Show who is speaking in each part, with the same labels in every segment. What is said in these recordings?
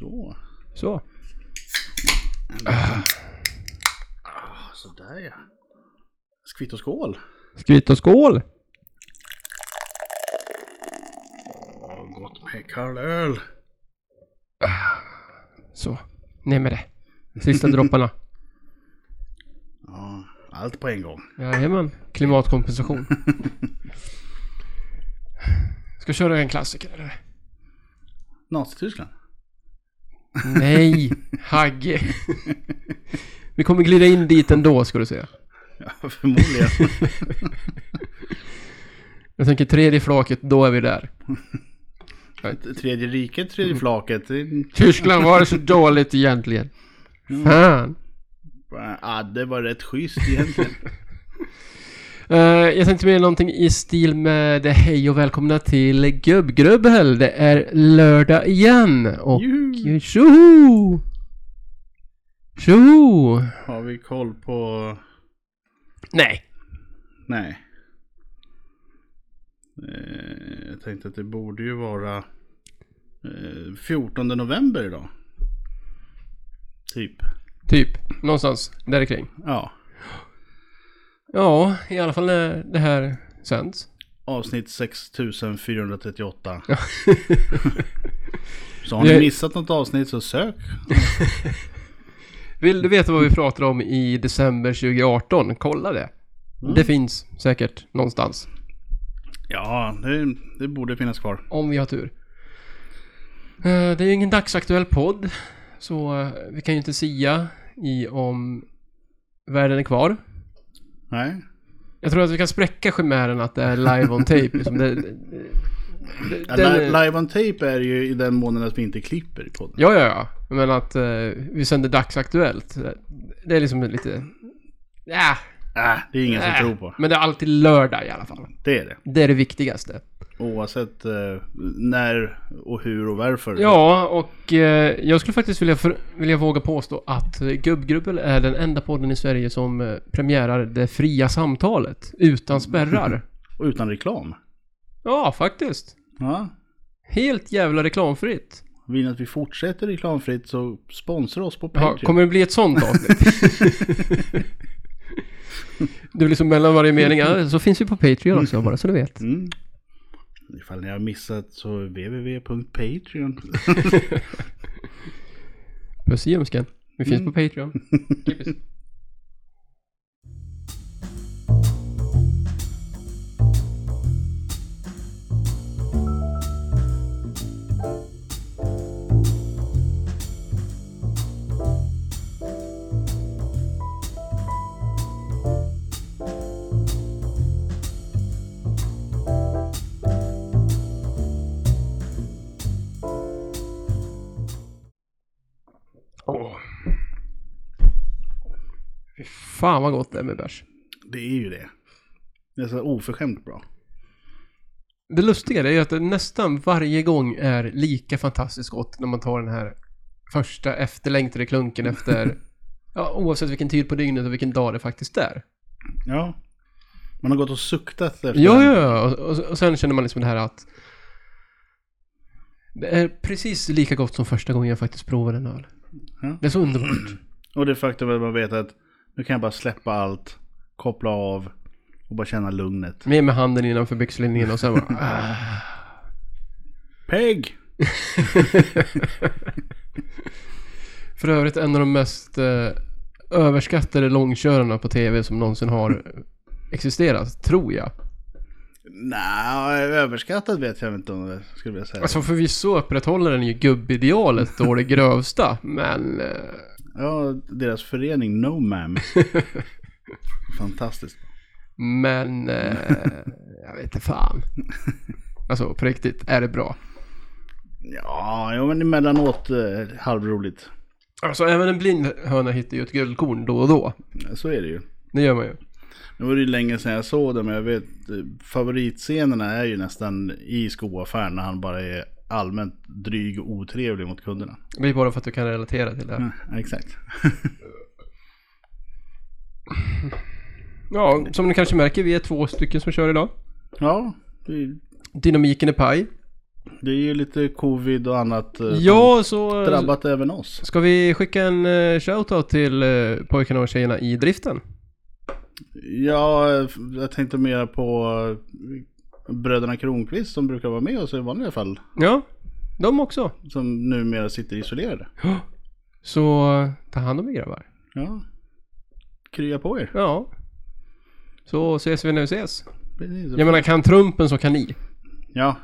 Speaker 1: Så.
Speaker 2: Så.
Speaker 1: Ah, Sådär ja. Skvitt och skål.
Speaker 2: Skvitt och skål!
Speaker 1: Åh, gott med karlöl.
Speaker 2: Så. Ner med det. Sista dropparna.
Speaker 1: Ja, allt på en gång.
Speaker 2: Jajamän. Klimatkompensation. Ska köra en klassiker eller?
Speaker 1: Nazityskland.
Speaker 2: Nej, Hagge. Vi kommer glida in dit ändå ska du se.
Speaker 1: Ja, förmodligen.
Speaker 2: Jag tänker tredje flaket, då är vi där.
Speaker 1: tredje riket, tredje flaket. det-
Speaker 2: Tyskland, var det så dåligt egentligen? Fan.
Speaker 1: Ja, det var rätt schysst egentligen.
Speaker 2: Eh, jag tänkte med någonting i stil med det hej och välkomna till Gubbgrubbel. Det är lördag igen och
Speaker 1: Juhu.
Speaker 2: tjoho! Tjoho!
Speaker 1: Har vi koll på...
Speaker 2: Nej.
Speaker 1: Nej. Eh, Jag tänkte att det borde ju vara eh, 14 november idag. Typ.
Speaker 2: Typ. Någonstans där kring.
Speaker 1: Ja.
Speaker 2: Ja, i alla fall när det här sänds.
Speaker 1: Avsnitt 6438.
Speaker 2: Ja.
Speaker 1: Så har ni
Speaker 2: Jag-
Speaker 1: missat något avsnitt så sök.
Speaker 2: Vill du veta vad vi pratar om i december 2018? Kolla det.
Speaker 1: Mm.
Speaker 2: Det finns säkert någonstans.
Speaker 1: Ja, det, det borde finnas kvar.
Speaker 2: Om vi har tur. Eh, Det är ju ingen dagsaktuell podd. Så eh, vi kan ju inte sia i om världen är kvar.
Speaker 1: Nej.
Speaker 2: Jag tror att vi kan spräcka chimären att det är live on tape. Liksom det, det,
Speaker 1: Ja,
Speaker 2: den-
Speaker 1: li- live on tape är ju i den månaden att vi inte klipper i podden.
Speaker 2: Ja, ja, ja. Men att eh, vi sänder dagsaktuellt. Det är liksom lite... Ja,
Speaker 1: Äh, det är ingen som tror på.
Speaker 2: Men det är alltid lördag i alla fall.
Speaker 1: Det är det.
Speaker 2: Det är det viktigaste.
Speaker 1: Oavsett eh, när och hur och varför.
Speaker 2: Ja, och eh, jag skulle faktiskt vilja, för, vilja våga påstå att eh, Gubbgrubbel är den enda podden i Sverige som eh, premiärar det fria samtalet utan spärrar.
Speaker 1: Och utan reklam.
Speaker 2: Ja, faktiskt.
Speaker 1: Ja.
Speaker 2: Helt jävla reklamfritt.
Speaker 1: Vill ni att vi fortsätter reklamfritt så sponsra oss på Patreon.
Speaker 2: Ja, kommer det bli ett sånt avsnitt? det blir liksom mellan varje mening. Ja, så finns vi på Patreon också, bara så du vet.
Speaker 1: mm. Ifall ni har missat så www.patreon.
Speaker 2: Puss i ljumsken. Vi finns på Patreon. Kippis. Fy Fan vad gott det är med bärs.
Speaker 1: Det är ju det. Det är så oförskämt bra.
Speaker 2: Det lustiga är ju att det nästan varje gång är lika fantastiskt gott när man tar den här första efterlängtade klunken efter, ja, oavsett vilken tid på dygnet och vilken dag det faktiskt är.
Speaker 1: Ja. Man har gått och suktat efter
Speaker 2: Ja,
Speaker 1: den.
Speaker 2: ja, ja. Och, och, och sen känner man liksom det här att det är precis lika gott som första gången jag faktiskt provade en öl.
Speaker 1: Ja.
Speaker 2: Det är så underbart.
Speaker 1: Och det faktum att man vet att nu kan jag bara släppa allt, koppla av och bara känna lugnet.
Speaker 2: Ner med handen innanför byxlinningen och sen bara, ah.
Speaker 1: Peg!
Speaker 2: För övrigt en av de mest eh, överskattade långkörarna på tv som någonsin har existerat, tror jag.
Speaker 1: Nej, överskattad vet jag inte om det skulle jag säga.
Speaker 2: Alltså förvisso upprätthåller den ju gubbidealet då det grövsta, men... eh,
Speaker 1: Ja, deras förening No Mam. Fantastiskt.
Speaker 2: Men... eh, Jag vet inte fan. Alltså på riktigt, är det bra?
Speaker 1: Ja, ja men emellanåt eh, halvroligt.
Speaker 2: Alltså även en blind höna hittar ju ett guldkorn då och då.
Speaker 1: Så är det ju.
Speaker 2: Det gör man ju.
Speaker 1: Nu var det ju länge sedan jag såg det, men jag vet eh, favoritscenerna är ju nästan i skoaffären när han bara är allmänt dryg och otrevlig mot kunderna.
Speaker 2: Det är bara för att du kan relatera till det.
Speaker 1: Ja, exakt.
Speaker 2: Ja, som ni kanske märker, vi är två stycken som kör idag.
Speaker 1: Ja, det är
Speaker 2: Dynamiken är paj.
Speaker 1: Det är ju lite covid och annat eh, som
Speaker 2: Ja, så eh,
Speaker 1: drabbat även oss.
Speaker 2: ska vi skicka en eh, shoutout till eh, pojkarna och tjejerna i driften.
Speaker 1: Ja, eh, jag tänkte mer på eh, bröderna Kronqvist som brukar vara med oss i vanliga fall.
Speaker 2: Ja, de också.
Speaker 1: Som numera sitter isolerade.
Speaker 2: Så eh, ta hand om er grabbar.
Speaker 1: Ja. Krya på er.
Speaker 2: Ja. Så ses vi när vi ses.
Speaker 1: Precis.
Speaker 2: Jag menar, kan Trumpen så kan ni.
Speaker 1: Ja,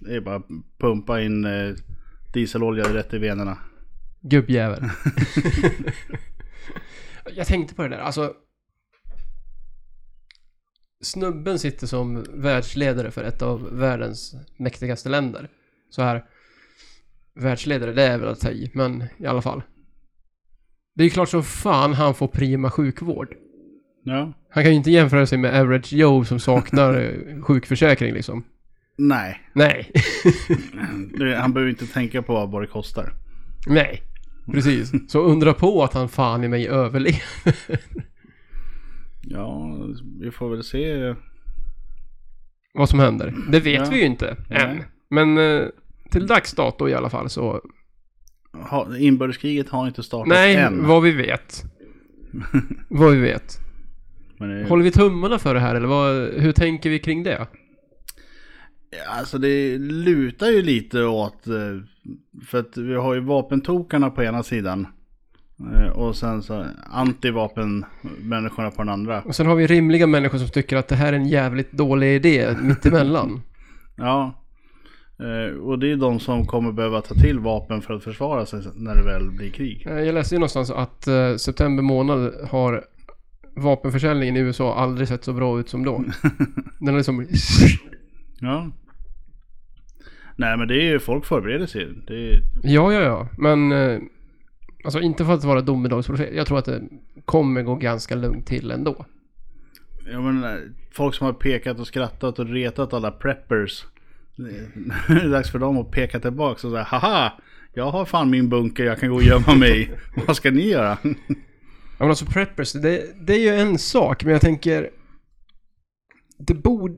Speaker 1: det är bara att pumpa in eh, dieselolja rätt i venerna.
Speaker 2: Gubbjävel. jag tänkte på det där, alltså. Snubben sitter som världsledare för ett av världens mäktigaste länder. Så här. Världsledare, det är väl att ta i, men i alla fall. Det är ju klart som fan han får prima sjukvård.
Speaker 1: Ja.
Speaker 2: Han kan ju inte jämföra sig med average Joe som saknar eh, sjukförsäkring liksom.
Speaker 1: Nej,
Speaker 2: Nej,
Speaker 1: det- han behöver inte tänka på vad det kostar.
Speaker 2: nej. Precis. Så undra på att han fan i mig överlever.
Speaker 1: Ja, vi får väl se.
Speaker 2: vad som händer. Det vet
Speaker 1: Ja.
Speaker 2: vi ju inte än.
Speaker 1: Nej.
Speaker 2: Men eh, till dags dato i alla fall så...
Speaker 1: Ha, inbördeskriget har inte startat
Speaker 2: nej,
Speaker 1: än.
Speaker 2: vad vi vet. vad vi vet.
Speaker 1: Men det,
Speaker 2: Håller vi tummarna för det här eller vad, hur tänker vi kring det?
Speaker 1: Alltså det lutar ju lite åt, eh, för att vi har ju vapentokarna på ena sidan. eh, Och sen så antivapenmänniskorna på den andra.
Speaker 2: Och sen har vi rimliga människor som tycker att det här är en jävligt dålig idé mittemellan.
Speaker 1: Ja. Eh, Och det är de som kommer behöva ta till vapen för att försvara sig när det väl blir krig.
Speaker 2: Eh, Jag läste ju någonstans att eh, september månad har vapenförsäljningen i USA aldrig sett så bra ut som då. Den har liksom...
Speaker 1: Ja. Nej men det är ju, folk förbereder sig. Det är,
Speaker 2: Ja, ja, ja. Men eh, alltså inte för att vara domedagsprofet. Jag tror att det kommer gå ganska lugnt till ändå.
Speaker 1: jag menar, folk som har pekat och skrattat och retat alla preppers. Det är dags för dem att peka tillbaka och säga haha! Jag har fan min bunker jag kan gå och gömma mig i. Vad ska ni göra?
Speaker 2: Ja, men alltså preppers, det, det är ju en sak, men jag tänker... Det borde...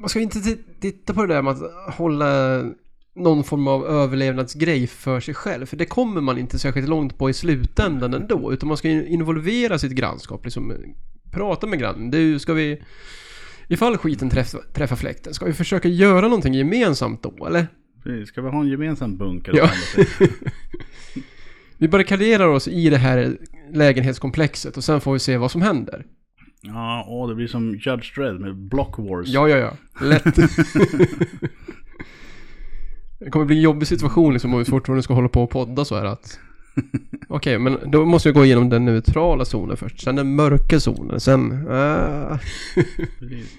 Speaker 2: Man ska inte ti- titta på det där med att hålla någon form av överlevnadsgrej för sig själv. För det kommer man inte särskilt långt på i slutändan ändå. Utan man ska ju involvera sitt grannskap. Liksom, prata med grannen. Du, ska vi... Ifall skiten träffar, träffar fläkten, ska vi försöka göra någonting gemensamt då, eller?
Speaker 1: Precis, Ska vi ha en gemensam bunker?
Speaker 2: Ja. Vi barrikaderar oss i det här lägenhetskomplexet och sen får vi se vad som händer.
Speaker 1: ja åh, det blir som Judge Dredd med Block Wars.
Speaker 2: Ja, ja, ja. Lätt. det kommer bli en jobbig situation liksom om vi fortfarande ska hålla på och podda så här att... Okej, men då måste vi gå igenom den neutrala zonen först, sen den mörka zonen, sen... ah.
Speaker 1: Precis.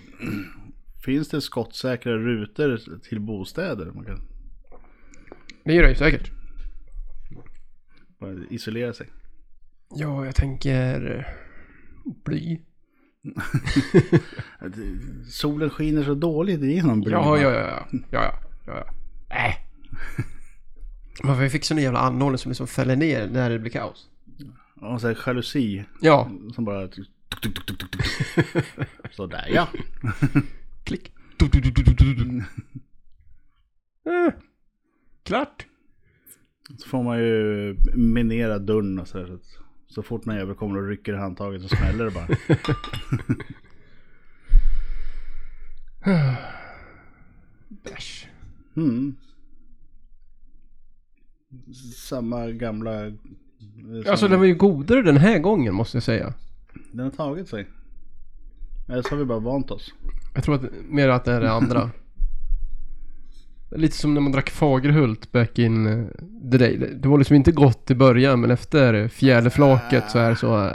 Speaker 1: Finns det skottsäkra rutor till bostäder? Man kan
Speaker 2: det gör det ju säkert.
Speaker 1: bara isolera sig.
Speaker 2: Ja, jag tänker... Bly.
Speaker 1: Att, eh, Solen skiner så dåligt igenom bron.
Speaker 2: Ja, ja, ja, ja, ja, ja, ja, ja. Äh. Varför fick sån jävla anordning som liksom fäller ner när det blir kaos?
Speaker 1: Och så här jalusi
Speaker 2: Ja,
Speaker 1: som bara... Tuk, tuk, tuk, tuk, tuk, tuk. Sådär ja.
Speaker 2: klick. Du, du, du, du, du, du, du. Eh. Klart.
Speaker 1: Så får man ju minera dörren och sådär. Så, att så fort någon jävel kommer och rycker i handtaget så smäller det bara.
Speaker 2: Bäsch.
Speaker 1: Mm. Samma gamla... eh, Som
Speaker 2: Alltså den var ju godare den här gången måste jag säga.
Speaker 1: den har tagit sig. Eller så har vi bara vant oss.
Speaker 2: Jag tror att mer att det är det andra. Det är Lite som när man drack Fagerhult back in eh, the day. Det- Det var liksom inte gott i början men efter fjärde flaket så här så... eh,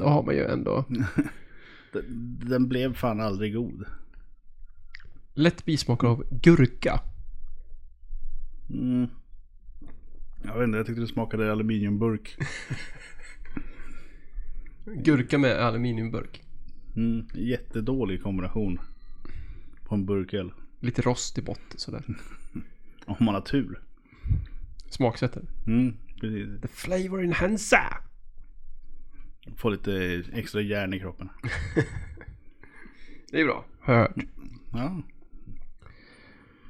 Speaker 2: Då har man ju ändå...
Speaker 1: Den, den blev fan aldrig god.
Speaker 2: Lätt bismak av gurka.
Speaker 1: Mm. Jag vet inte, jag tyckte det smakade aluminiumburk.
Speaker 2: Gurka med aluminiumburk.
Speaker 1: Mm, jättedålig kombination. På en burköl.
Speaker 2: Lite rost i botten sådär.
Speaker 1: Om man har tur.
Speaker 2: Smaksätter.
Speaker 1: Mm, precis.
Speaker 2: The flavor enhancer!
Speaker 1: Få lite extra järn i kroppen.
Speaker 2: Det är bra. Har jag hört.
Speaker 1: Ja.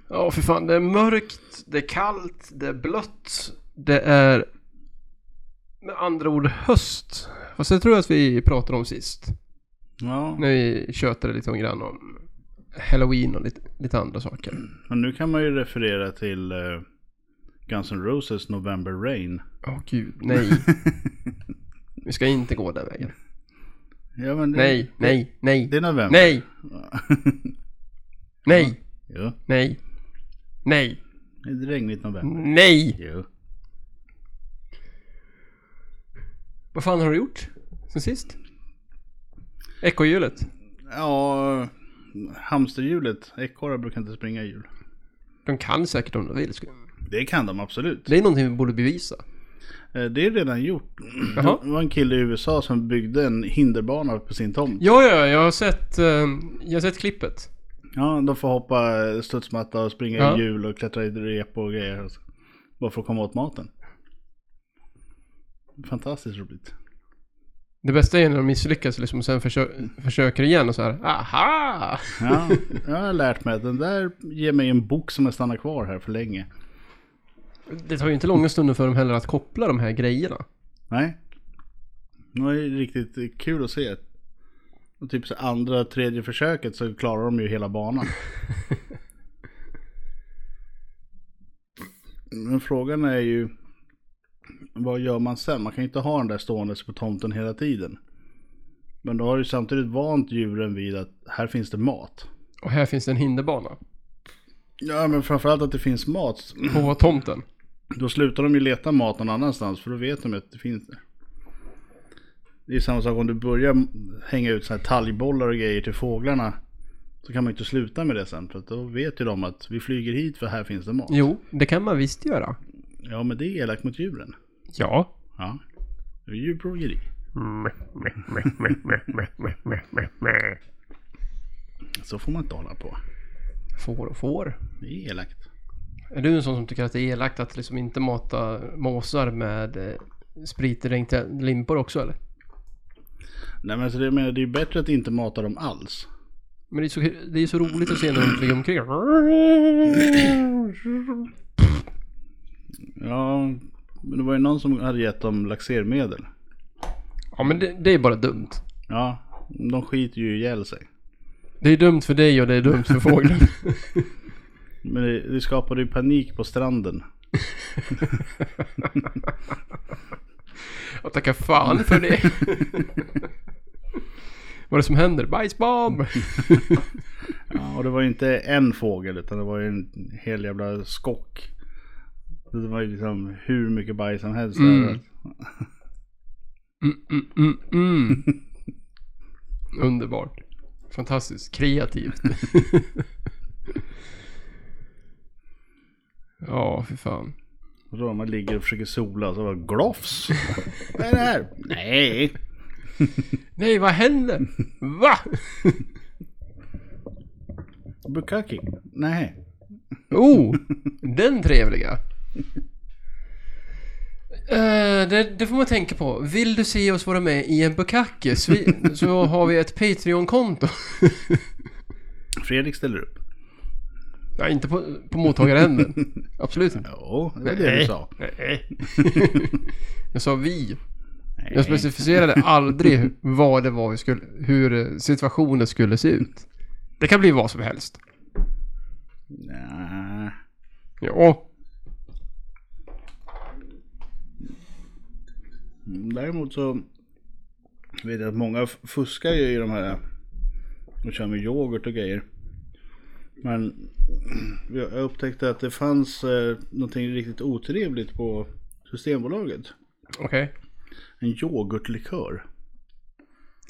Speaker 2: Ja, för fan. Det är mörkt, det är kallt, det är blött. Det är med andra ord höst. Fast det tror jag att vi pratade om sist.
Speaker 1: Ja,
Speaker 2: När vi tjötade lite grann om halloween och lite, lite andra saker.
Speaker 1: men nu kan man ju referera till eh, Guns N' Roses November Rain.
Speaker 2: Åh gud, nej. Vi ska inte gå den vägen.
Speaker 1: Ja, men det,
Speaker 2: Nej, nej,
Speaker 1: Det
Speaker 2: nej,
Speaker 1: är november.
Speaker 2: nej, nej,
Speaker 1: jo,
Speaker 2: nej, nej,
Speaker 1: det är regnigt november.
Speaker 2: nej.
Speaker 1: Jo.
Speaker 2: Vad fan har du gjort sen sist? Ekorrhjulet?
Speaker 1: Ja, hamsterhjulet. Ekorrar brukar inte springa hjul.
Speaker 2: De kan säkert om de vill. skulle-
Speaker 1: Det kan de absolut.
Speaker 2: Det är någonting vi borde bevisa.
Speaker 1: Eh, Det är redan gjort.
Speaker 2: Jaha.
Speaker 1: Det var en kille i USA som byggde en hinderbana på sin tomt.
Speaker 2: Ja, ja, jag har sett, eh, jag har sett klippet.
Speaker 1: Ja, de får hoppa eh, studsmatta och springa
Speaker 2: Ja.
Speaker 1: i hjul och klättra i rep och grejer. och så. Bara för att komma åt maten. Fantastiskt roligt.
Speaker 2: Det bästa är när de misslyckas liksom, och sen försö försöker igen och så här. Aha!
Speaker 1: Ja, jag har lärt mig att den där ger mig en bok som jag stannar kvar här för länge.
Speaker 2: Det tar ju inte långa stunder för dem heller att koppla de här grejerna.
Speaker 1: Nej. Det var ju riktigt kul att se. Och typ så andra, tredje försöket så klarar de ju hela banan. Men frågan är ju, vad gör man sen? Man kan ju inte ha den där ståendes på tomten hela tiden. Men då har du samtidigt vant djuren vid att här finns det mat.
Speaker 2: Och här finns det en hinderbana.
Speaker 1: Ja men framförallt att det finns mat.
Speaker 2: På tomten.
Speaker 1: Då slutar de ju leta mat någon annanstans för då vet de ju att det finns det. Det är samma sak om du börjar hänga ut så här talgbollar och grejer till fåglarna. Så kan man ju inte sluta med det sen för att då vet ju de att vi flyger hit för här finns det mat.
Speaker 2: Jo, det kan man visst göra.
Speaker 1: Ja men det är elakt mot djuren.
Speaker 2: Ja.
Speaker 1: Ja. Det är djurplågeri. Så får man inte hålla på.
Speaker 2: Får och får.
Speaker 1: Det är elakt.
Speaker 2: Är du en sån som tycker att det är elakt att liksom inte mata måsar med eh, spritdränkta limpor också eller?
Speaker 1: Nej men så det, jag menar, det är ju bättre att inte mata dem alls.
Speaker 2: Men det är, så, det är så roligt att se när de flyger omkring.
Speaker 1: Ja. Men det var ju någon som hade gett dem laxermedel.
Speaker 2: Ja men det, det är bara dumt.
Speaker 1: Ja. De skiter ju ihjäl sig.
Speaker 2: Det är dumt för dig och det är dumt för fågeln.
Speaker 1: Men det, det skapade ju panik på stranden.
Speaker 2: Jag tackar fan för det. Vad är det som händer? Bajsbomb!
Speaker 1: Ja, och det var ju inte en fågel utan det var ju en hel jävla skock. Det var ju liksom hur mycket bajs som helst.
Speaker 2: Mm.
Speaker 1: överallt.
Speaker 2: Mm, mm, mm, mm. Underbart. Fantastiskt. Kreativt. ja, för fan.
Speaker 1: Och då man ligger och försöker sola och så bara glofs. Vad är det här? Nej.
Speaker 2: Nej, vad händer? Va?
Speaker 1: Bukaki. Nej.
Speaker 2: Oh, den trevliga. Eh, det, det får man tänka på. Vill du se oss vara med i en bukake så, vi, så har vi ett Patreon-konto.
Speaker 1: Fredrik ställer upp.
Speaker 2: Ja, inte på, på mottagaränden. Absolut inte.
Speaker 1: Jo, det var det du sa.
Speaker 2: Nej. Jag sa vi. Jag
Speaker 1: Nej.
Speaker 2: specificerade aldrig vad det var vi skulle, hur situationen skulle se ut. Det kan bli vad som helst.
Speaker 1: Nej.
Speaker 2: Ja.
Speaker 1: Däremot så vet jag att många f- fuskar ju i de här och kör med yoghurt och grejer. Men jag jag upptäckte att det fanns eh, någonting riktigt otrevligt på Systembolaget.
Speaker 2: Okej.
Speaker 1: En yoghurtlikör.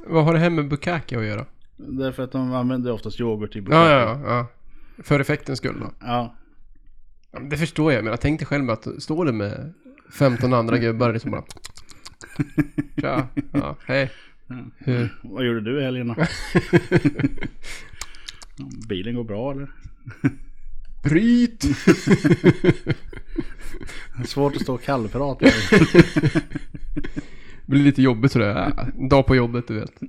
Speaker 2: Vad har det här med bukake att göra?
Speaker 1: Därför att de använder oftast yoghurt i
Speaker 2: Ja,
Speaker 1: butiker.
Speaker 2: ja, ja. För effektens skull då.
Speaker 1: ja.
Speaker 2: Ja, men Det förstår jag, men jag tänkte själv att stå där med 15 andra gubbar liksom bara... Tja, ja, hej. Hur?
Speaker 1: Vad gjorde du i helgen då? Bilen går bra eller?
Speaker 2: Bryt!
Speaker 1: Svårt att stå och kallprata.
Speaker 2: Det blir lite jobbigt sådär. Ja, Dag på jobbet, du vet.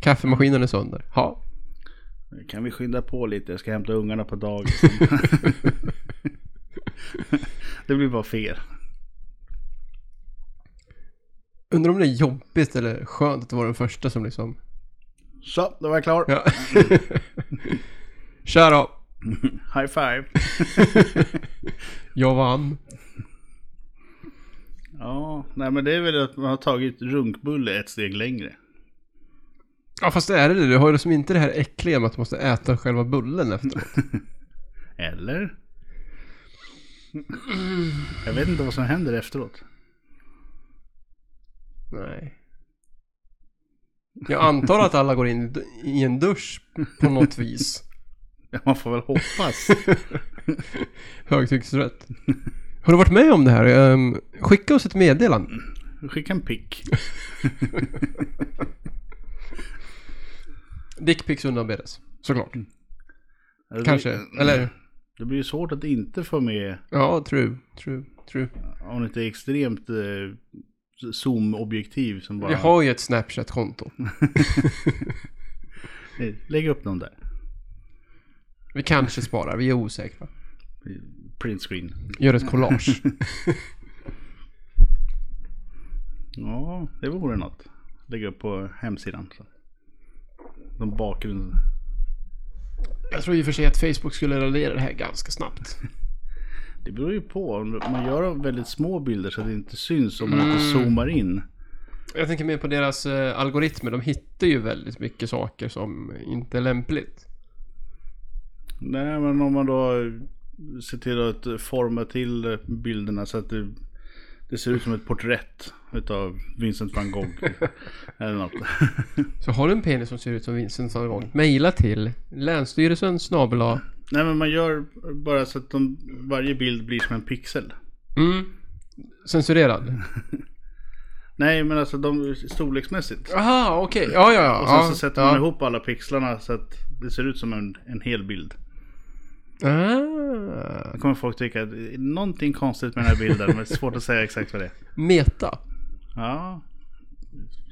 Speaker 2: Kaffemaskinen är sönder. Ja.
Speaker 1: Kan vi skynda på lite? Jag ska hämta ungarna på dagis. det blir bara fel.
Speaker 2: Undrar om det är jobbigt eller skönt att vara den första som liksom...
Speaker 1: Så, då var jag klar.
Speaker 2: Ja. Tja då!
Speaker 1: High five.
Speaker 2: Jag vann.
Speaker 1: Ja, nej men det är väl att man har tagit runkbulle ett steg längre.
Speaker 2: Ja fast är det det? Du har ju liksom inte det här äckliga med att du måste äta själva bullen efteråt.
Speaker 1: Eller? Jag vet inte vad som händer efteråt.
Speaker 2: Nej. Jag antar att alla går in i en dusch på något vis.
Speaker 1: Ja, Man får väl hoppas.
Speaker 2: Högtrycksrätt. Har du varit med om det här? Ehm, skicka oss ett meddelande.
Speaker 1: Skicka en pick.
Speaker 2: Dickpics undanbedes. Såklart.
Speaker 1: Eller-
Speaker 2: Kanske. Eller?
Speaker 1: Alltså, Det blir ju svårt att inte få med
Speaker 2: Ja, true. True. True.
Speaker 1: om det inte är extremt eh, zoom-objektiv som bara...
Speaker 2: Vi har ju ett Snapchat-konto.
Speaker 1: Lägg upp dem där.
Speaker 2: Vi kanske sparar, vi är osäkra.
Speaker 1: Print screen.
Speaker 2: Gör ett collage.
Speaker 1: Ja, det vore något. Lägg upp på hemsidan. Så. De bakgrund...
Speaker 2: Jag tror i och för sig att Facebook skulle radera det här ganska snabbt.
Speaker 1: Det beror ju på. Om man gör väldigt små bilder så att det inte syns om man inte zoomar in.
Speaker 2: Jag tänker mer på deras eh, algoritmer. De hittar ju väldigt mycket saker som inte är lämpligt.
Speaker 1: Nej, men om man då ser till att forma till bilderna så att det, det ser ut som ett porträtt utav Vincent van Gogh. eller något.
Speaker 2: Så har du en penis som ser ut som Vincent van Gogh, mejla till Länsstyrelsen snabel A.
Speaker 1: Nej, men man gör bara så att de, varje bild blir som en pixel.
Speaker 2: mm. Censurerad.
Speaker 1: Nej, men alltså de storleksmässigt.
Speaker 2: Aha, okej. Ja, ja, ja.
Speaker 1: Och sen
Speaker 2: ja,
Speaker 1: så sätter
Speaker 2: ja.
Speaker 1: man ihop alla pixlarna så att det ser ut som en, en hel bild.
Speaker 2: Ah,
Speaker 1: Då kommer folk tycka att det är någonting konstigt med den här bilden, men det är svårt att säga exakt vad det är.
Speaker 2: meta.
Speaker 1: Ja.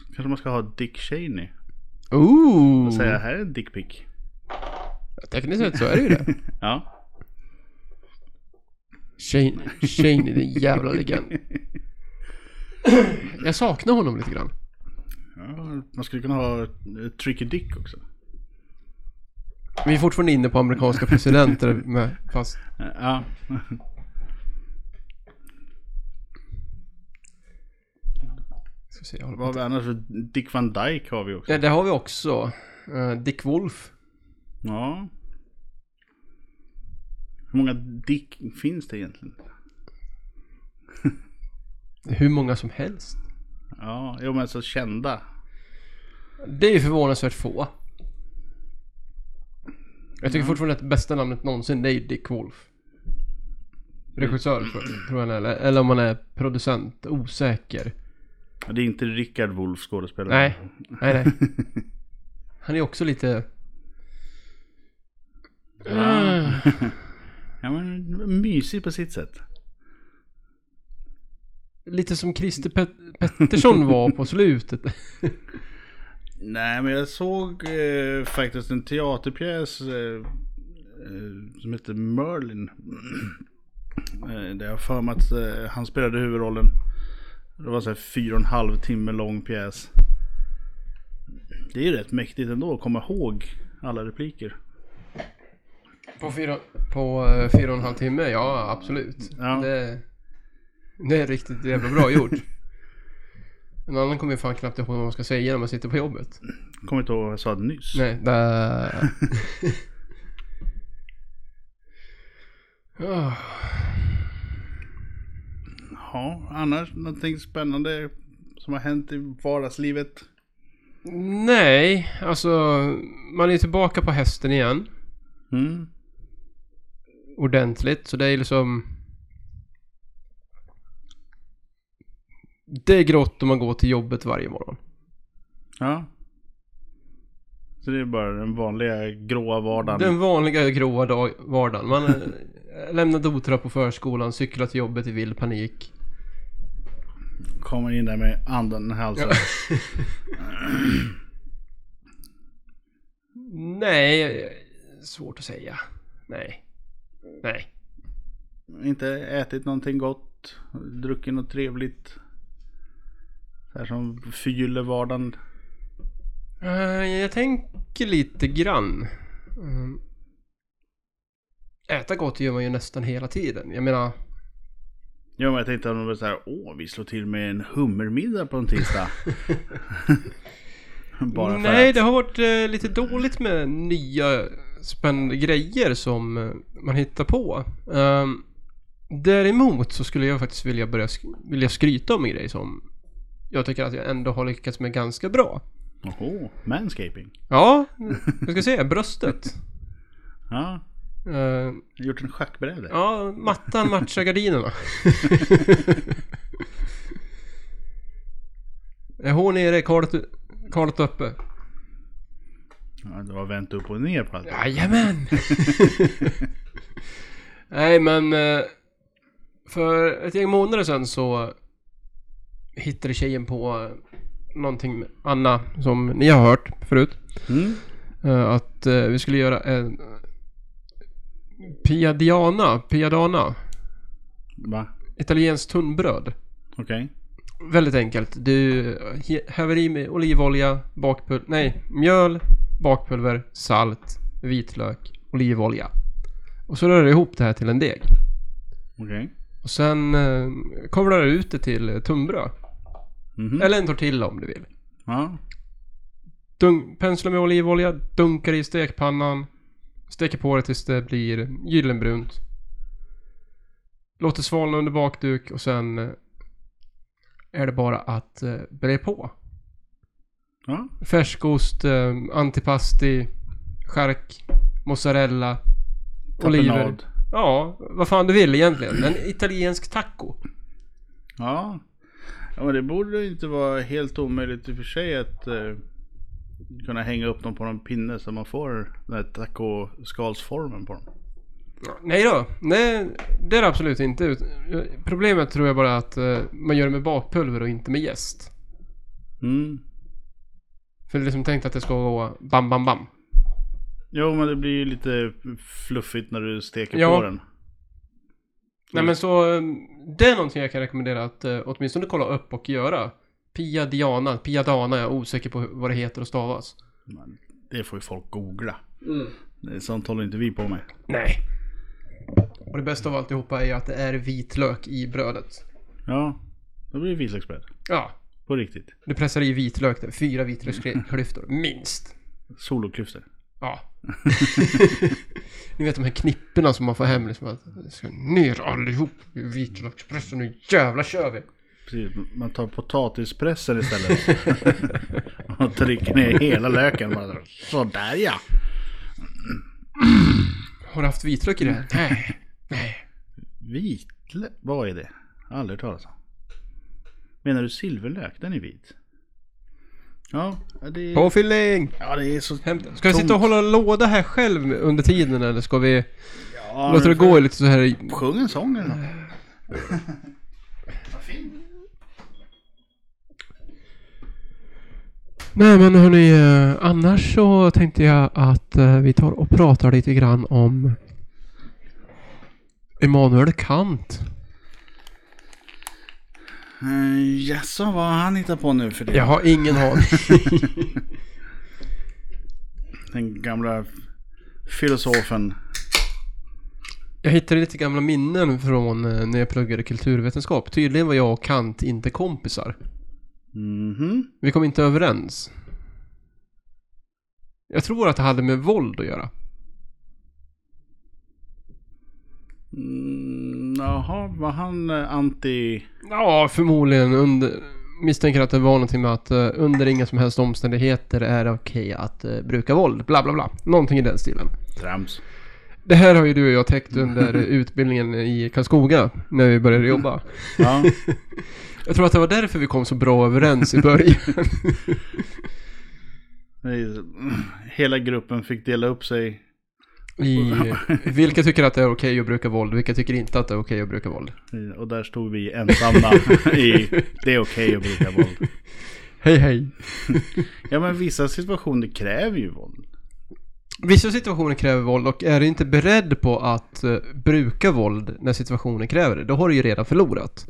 Speaker 1: Kanske man ska ha Dick Cheney.
Speaker 2: Ooh.
Speaker 1: Och
Speaker 2: Mm.
Speaker 1: säga här är en dick pic.
Speaker 2: Tekniskt sett så är det ju det.
Speaker 1: Ja.
Speaker 2: Shane, Shane är den jävla legend. Jag saknar honom lite grann.
Speaker 1: ja. Man skulle kunna ha eh, Tricky Dick också.
Speaker 2: Vi är fortfarande inne på amerikanska presidenter med, fast
Speaker 1: Ja.
Speaker 2: Ska se, jag håller
Speaker 1: Vad har
Speaker 2: på.
Speaker 1: vi annars? Dick Van Dyke har vi också.
Speaker 2: Ja, det har vi också. Eh, Dick Wolf.
Speaker 1: Ja. Hur många Dick finns det egentligen?
Speaker 2: Hur många som helst.
Speaker 1: Ja, jo men så kända.
Speaker 2: Det är ju förvånansvärt få. Jag tycker fortfarande att det bästa namnet någonsin, det är ju Dick Wolf. Regissör tror- tror jag han är, eller, eller om han är producent, osäker.
Speaker 1: Ja, Det är inte Rickard Wolff skådespelare.
Speaker 2: Nej, nej, nej. Han är också lite...
Speaker 1: Ja. ja men mysig på sitt sätt.
Speaker 2: Lite som Christer Pet- Pettersson var på slutet.
Speaker 1: Nej men jag såg eh, faktiskt en teaterpjäs eh, eh, som heter Merlin. eh, där jag har för mig att eh, han spelade huvudrollen. Det var så här fyra och en halv timme lång pjäs. Det är ju rätt mäktigt ändå att komma ihåg alla repliker.
Speaker 2: På fyra, på eh, fyra och en halv timme, ja absolut.
Speaker 1: Ja.
Speaker 2: Det, det är riktigt jävla bra gjort. En annan kommer ju fan knappt ihåg vad man ska säga när man sitter på jobbet.
Speaker 1: Kommer inte ihåg vad jag sa nyss.
Speaker 2: Nej, där. Ah,
Speaker 1: Ja, annars någonting spännande som har hänt i vardagslivet.
Speaker 2: Nej, alltså man är tillbaka på hästen igen.
Speaker 1: Mm.
Speaker 2: Ordentligt, så det är liksom... Det är grått om man går till jobbet varje morgon.
Speaker 1: Ja. Så det är bara den vanliga gråa vardagen.
Speaker 2: Den vanliga gråa dag, vardagen. Man eh, lämnar Dora på förskolan, cyklar till jobbet i vild panik.
Speaker 1: Kommer in där med andan i halsen.
Speaker 2: Nej, svårt att säga. Nej. Nej.
Speaker 1: Inte ätit någonting gott, druckit något trevligt. Så här som förgyller vardagen.
Speaker 2: Eh, Jag tänker lite grann. Mm. Äta gott gör man ju nästan hela tiden. Jag menar,
Speaker 1: Ja, men jag tänkte att de var så här, åh vi slår till med en hummermiddag på en tisdag. Bara för
Speaker 2: nej
Speaker 1: att.
Speaker 2: det har varit eh, lite dåligt med nya spännande grejer som eh, man hittar på. Ehm, däremot så skulle jag faktiskt vilja börja sk- vilja skryta om en grej som jag tycker att jag ändå har lyckats med ganska bra.
Speaker 1: Oho, manscaping.
Speaker 2: Ja, jag ska säga bröstet.
Speaker 1: Ja,
Speaker 2: Ehm,
Speaker 1: gjort en schackbräde.
Speaker 2: Ja, mattan matchar gardinerna. Är Hår nere, kalet, kalet uppe.
Speaker 1: Ja, det var vänt upp och ner på allt.
Speaker 2: Jajamän! Nej men... eh, För ett gäng månader sedan så hittade tjejen på eh, någonting med Anna som ni har hört förut.
Speaker 1: Mm.
Speaker 2: Eh, Att eh, vi skulle göra en... Pia Diana, Pia Dana.
Speaker 1: Va?
Speaker 2: Italienskt tunnbröd.
Speaker 1: Okej.
Speaker 2: Väldigt enkelt. Du he- häver i med olivolja, bakpulver, nej, mjöl, bakpulver, salt, vitlök, olivolja. Och så rör du ihop det här till en deg.
Speaker 1: Okej.
Speaker 2: Och sen eh, kavlar du ut det till tunnbröd.
Speaker 1: Mhm.
Speaker 2: Eller en tortilla om du vill.
Speaker 1: Ja.
Speaker 2: Dun- pensla med olivolja, dunkar i stekpannan. Steker på det tills det blir gyllenbrunt. Låter svalna under bakduk och sen eh, är det bara att eh, bre på.
Speaker 1: ja.
Speaker 2: Färskost, eh, antipasti, chark, mozzarella, oliver.
Speaker 1: Tapenad.
Speaker 2: Ja, vad fan du vill egentligen. En italiensk taco.
Speaker 1: Ja. ja, men det borde ju inte vara helt omöjligt i och för sig att eh, kunna hänga upp dem på någon pinne så man får den här tacoskalsformen på dem.
Speaker 2: Nej då, nej, det är det absolut inte. Ut- Problemet tror jag bara är att eh, man gör det med bakpulver och inte med jäst.
Speaker 1: Mm.
Speaker 2: För det är liksom tänkt att det ska gå bam, bam, bam.
Speaker 1: Jo, men det blir ju lite fluffigt när du steker
Speaker 2: Ja.
Speaker 1: på den.
Speaker 2: Nej men så, eh, det är någonting jag kan rekommendera att eh, åtminstone kolla upp och göra. Pia Diana, Pia Dana, jag är osäker på hur- vad det heter och stavas.
Speaker 1: Men det får ju folk googla. Mm. Sånt håller inte vi på med.
Speaker 2: Nej. Och det bästa av alltihopa är ju att det är vitlök i brödet.
Speaker 1: Ja, då blir det vitlöksbröd.
Speaker 2: Ja.
Speaker 1: På riktigt.
Speaker 2: Du pressar i vitlök där. Fyra vitlöksklyftor. Minst.
Speaker 1: Soloklyftor.
Speaker 2: Ja. Ni vet de här knipporna som man får hem liksom att det ska ner allihop i vitlökspressen. Nu jävla kör vi.
Speaker 1: Precis, man tar potatispressen istället. och trycker ner hela löken. Bara, Sådär ja.
Speaker 2: Har du haft vitlök i det här? Nej. Nej.
Speaker 1: Vitlök, vad är det? Jag har Aldrig hört talas om. Menar du silverlök? Den är vit. Ja, det är,
Speaker 2: Påfyllning!
Speaker 1: ja, det är så...
Speaker 2: Hämta. Ska jag sitta och hålla låda här själv under tiden eller ska vi
Speaker 1: Ja,
Speaker 2: låta det
Speaker 1: men
Speaker 2: gå i lite så här i-
Speaker 1: Sjung en sång eller något.
Speaker 2: Nej men hörni, eh, annars så tänkte jag att eh, vi tar och pratar lite grann om Emanuel Kant.
Speaker 1: Eh, Jaså, vad har han hittat på nu för det?
Speaker 2: Jag har ingen aning.
Speaker 1: Den gamla filosofen.
Speaker 2: Jag hittade lite gamla minnen från eh, när jag pluggade kulturvetenskap. Tydligen var jag och Kant inte kompisar.
Speaker 1: Mhm.
Speaker 2: Vi kom inte överens. Jag tror att det hade med våld att göra.
Speaker 1: Mm, jaha, var han eh, anti...
Speaker 2: Ja, förmodligen. Under, misstänker att det var någonting med att eh, under inga som helst omständigheter är det okej att eh, bruka våld. Bla, bla, bla. Någonting i den stilen.
Speaker 1: Trams.
Speaker 2: Det här har ju du och jag täckt under utbildningen i Karlskoga när vi började jobba.
Speaker 1: Ja.
Speaker 2: Jag tror att det var därför vi kom så bra överens i början.
Speaker 1: Det är- Hela gruppen fick dela upp sig.
Speaker 2: I, vilka tycker att det är okej att bruka våld? Vilka tycker inte att det är okej att bruka våld?
Speaker 1: Och där stod vi ensamma i det är okej att bruka våld.
Speaker 2: Hej hej!
Speaker 1: Ja men vissa situationer kräver ju våld.
Speaker 2: Vissa situationer kräver våld och är du inte beredd på att eh, bruka våld när situationen kräver det, då har du ju redan förlorat.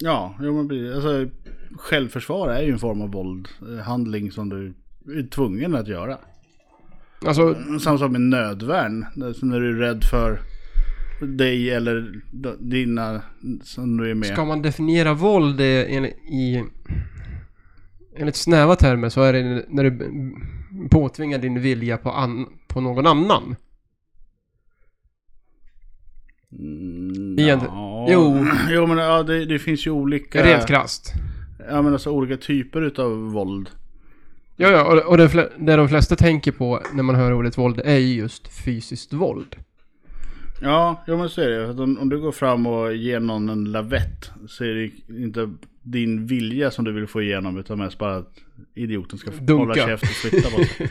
Speaker 1: Ja, jo, men precis. alltså, självförsvar är ju en form av våld. eh, Handling som du är tvungen att göra.
Speaker 2: Alltså,
Speaker 1: Samma sak med nödvärn. Alltså när du är rädd för dig eller d- dina som du är med.
Speaker 2: ska man definiera våld eh, en- i... Enligt snäva termer så är det när du b- påtvingar din vilja på, an, på någon annan.
Speaker 1: Mm,
Speaker 2: Egentligen-
Speaker 1: ja.
Speaker 2: Jo.
Speaker 1: jo, men ja, det, det finns ju olika.
Speaker 2: Rent krasst.
Speaker 1: Ja, men alltså olika typer utav våld.
Speaker 2: Ja, ja, och, och det, fle- det de flesta tänker på när man hör ordet våld är ju just fysiskt våld.
Speaker 1: Ja, jo, men så är det. För att Om, om du går fram och ger någon en lavett så är det inte din vilja som du vill få igenom utan mest bara att idioten ska få
Speaker 2: Dunka.
Speaker 1: hålla käft och flytta på sig.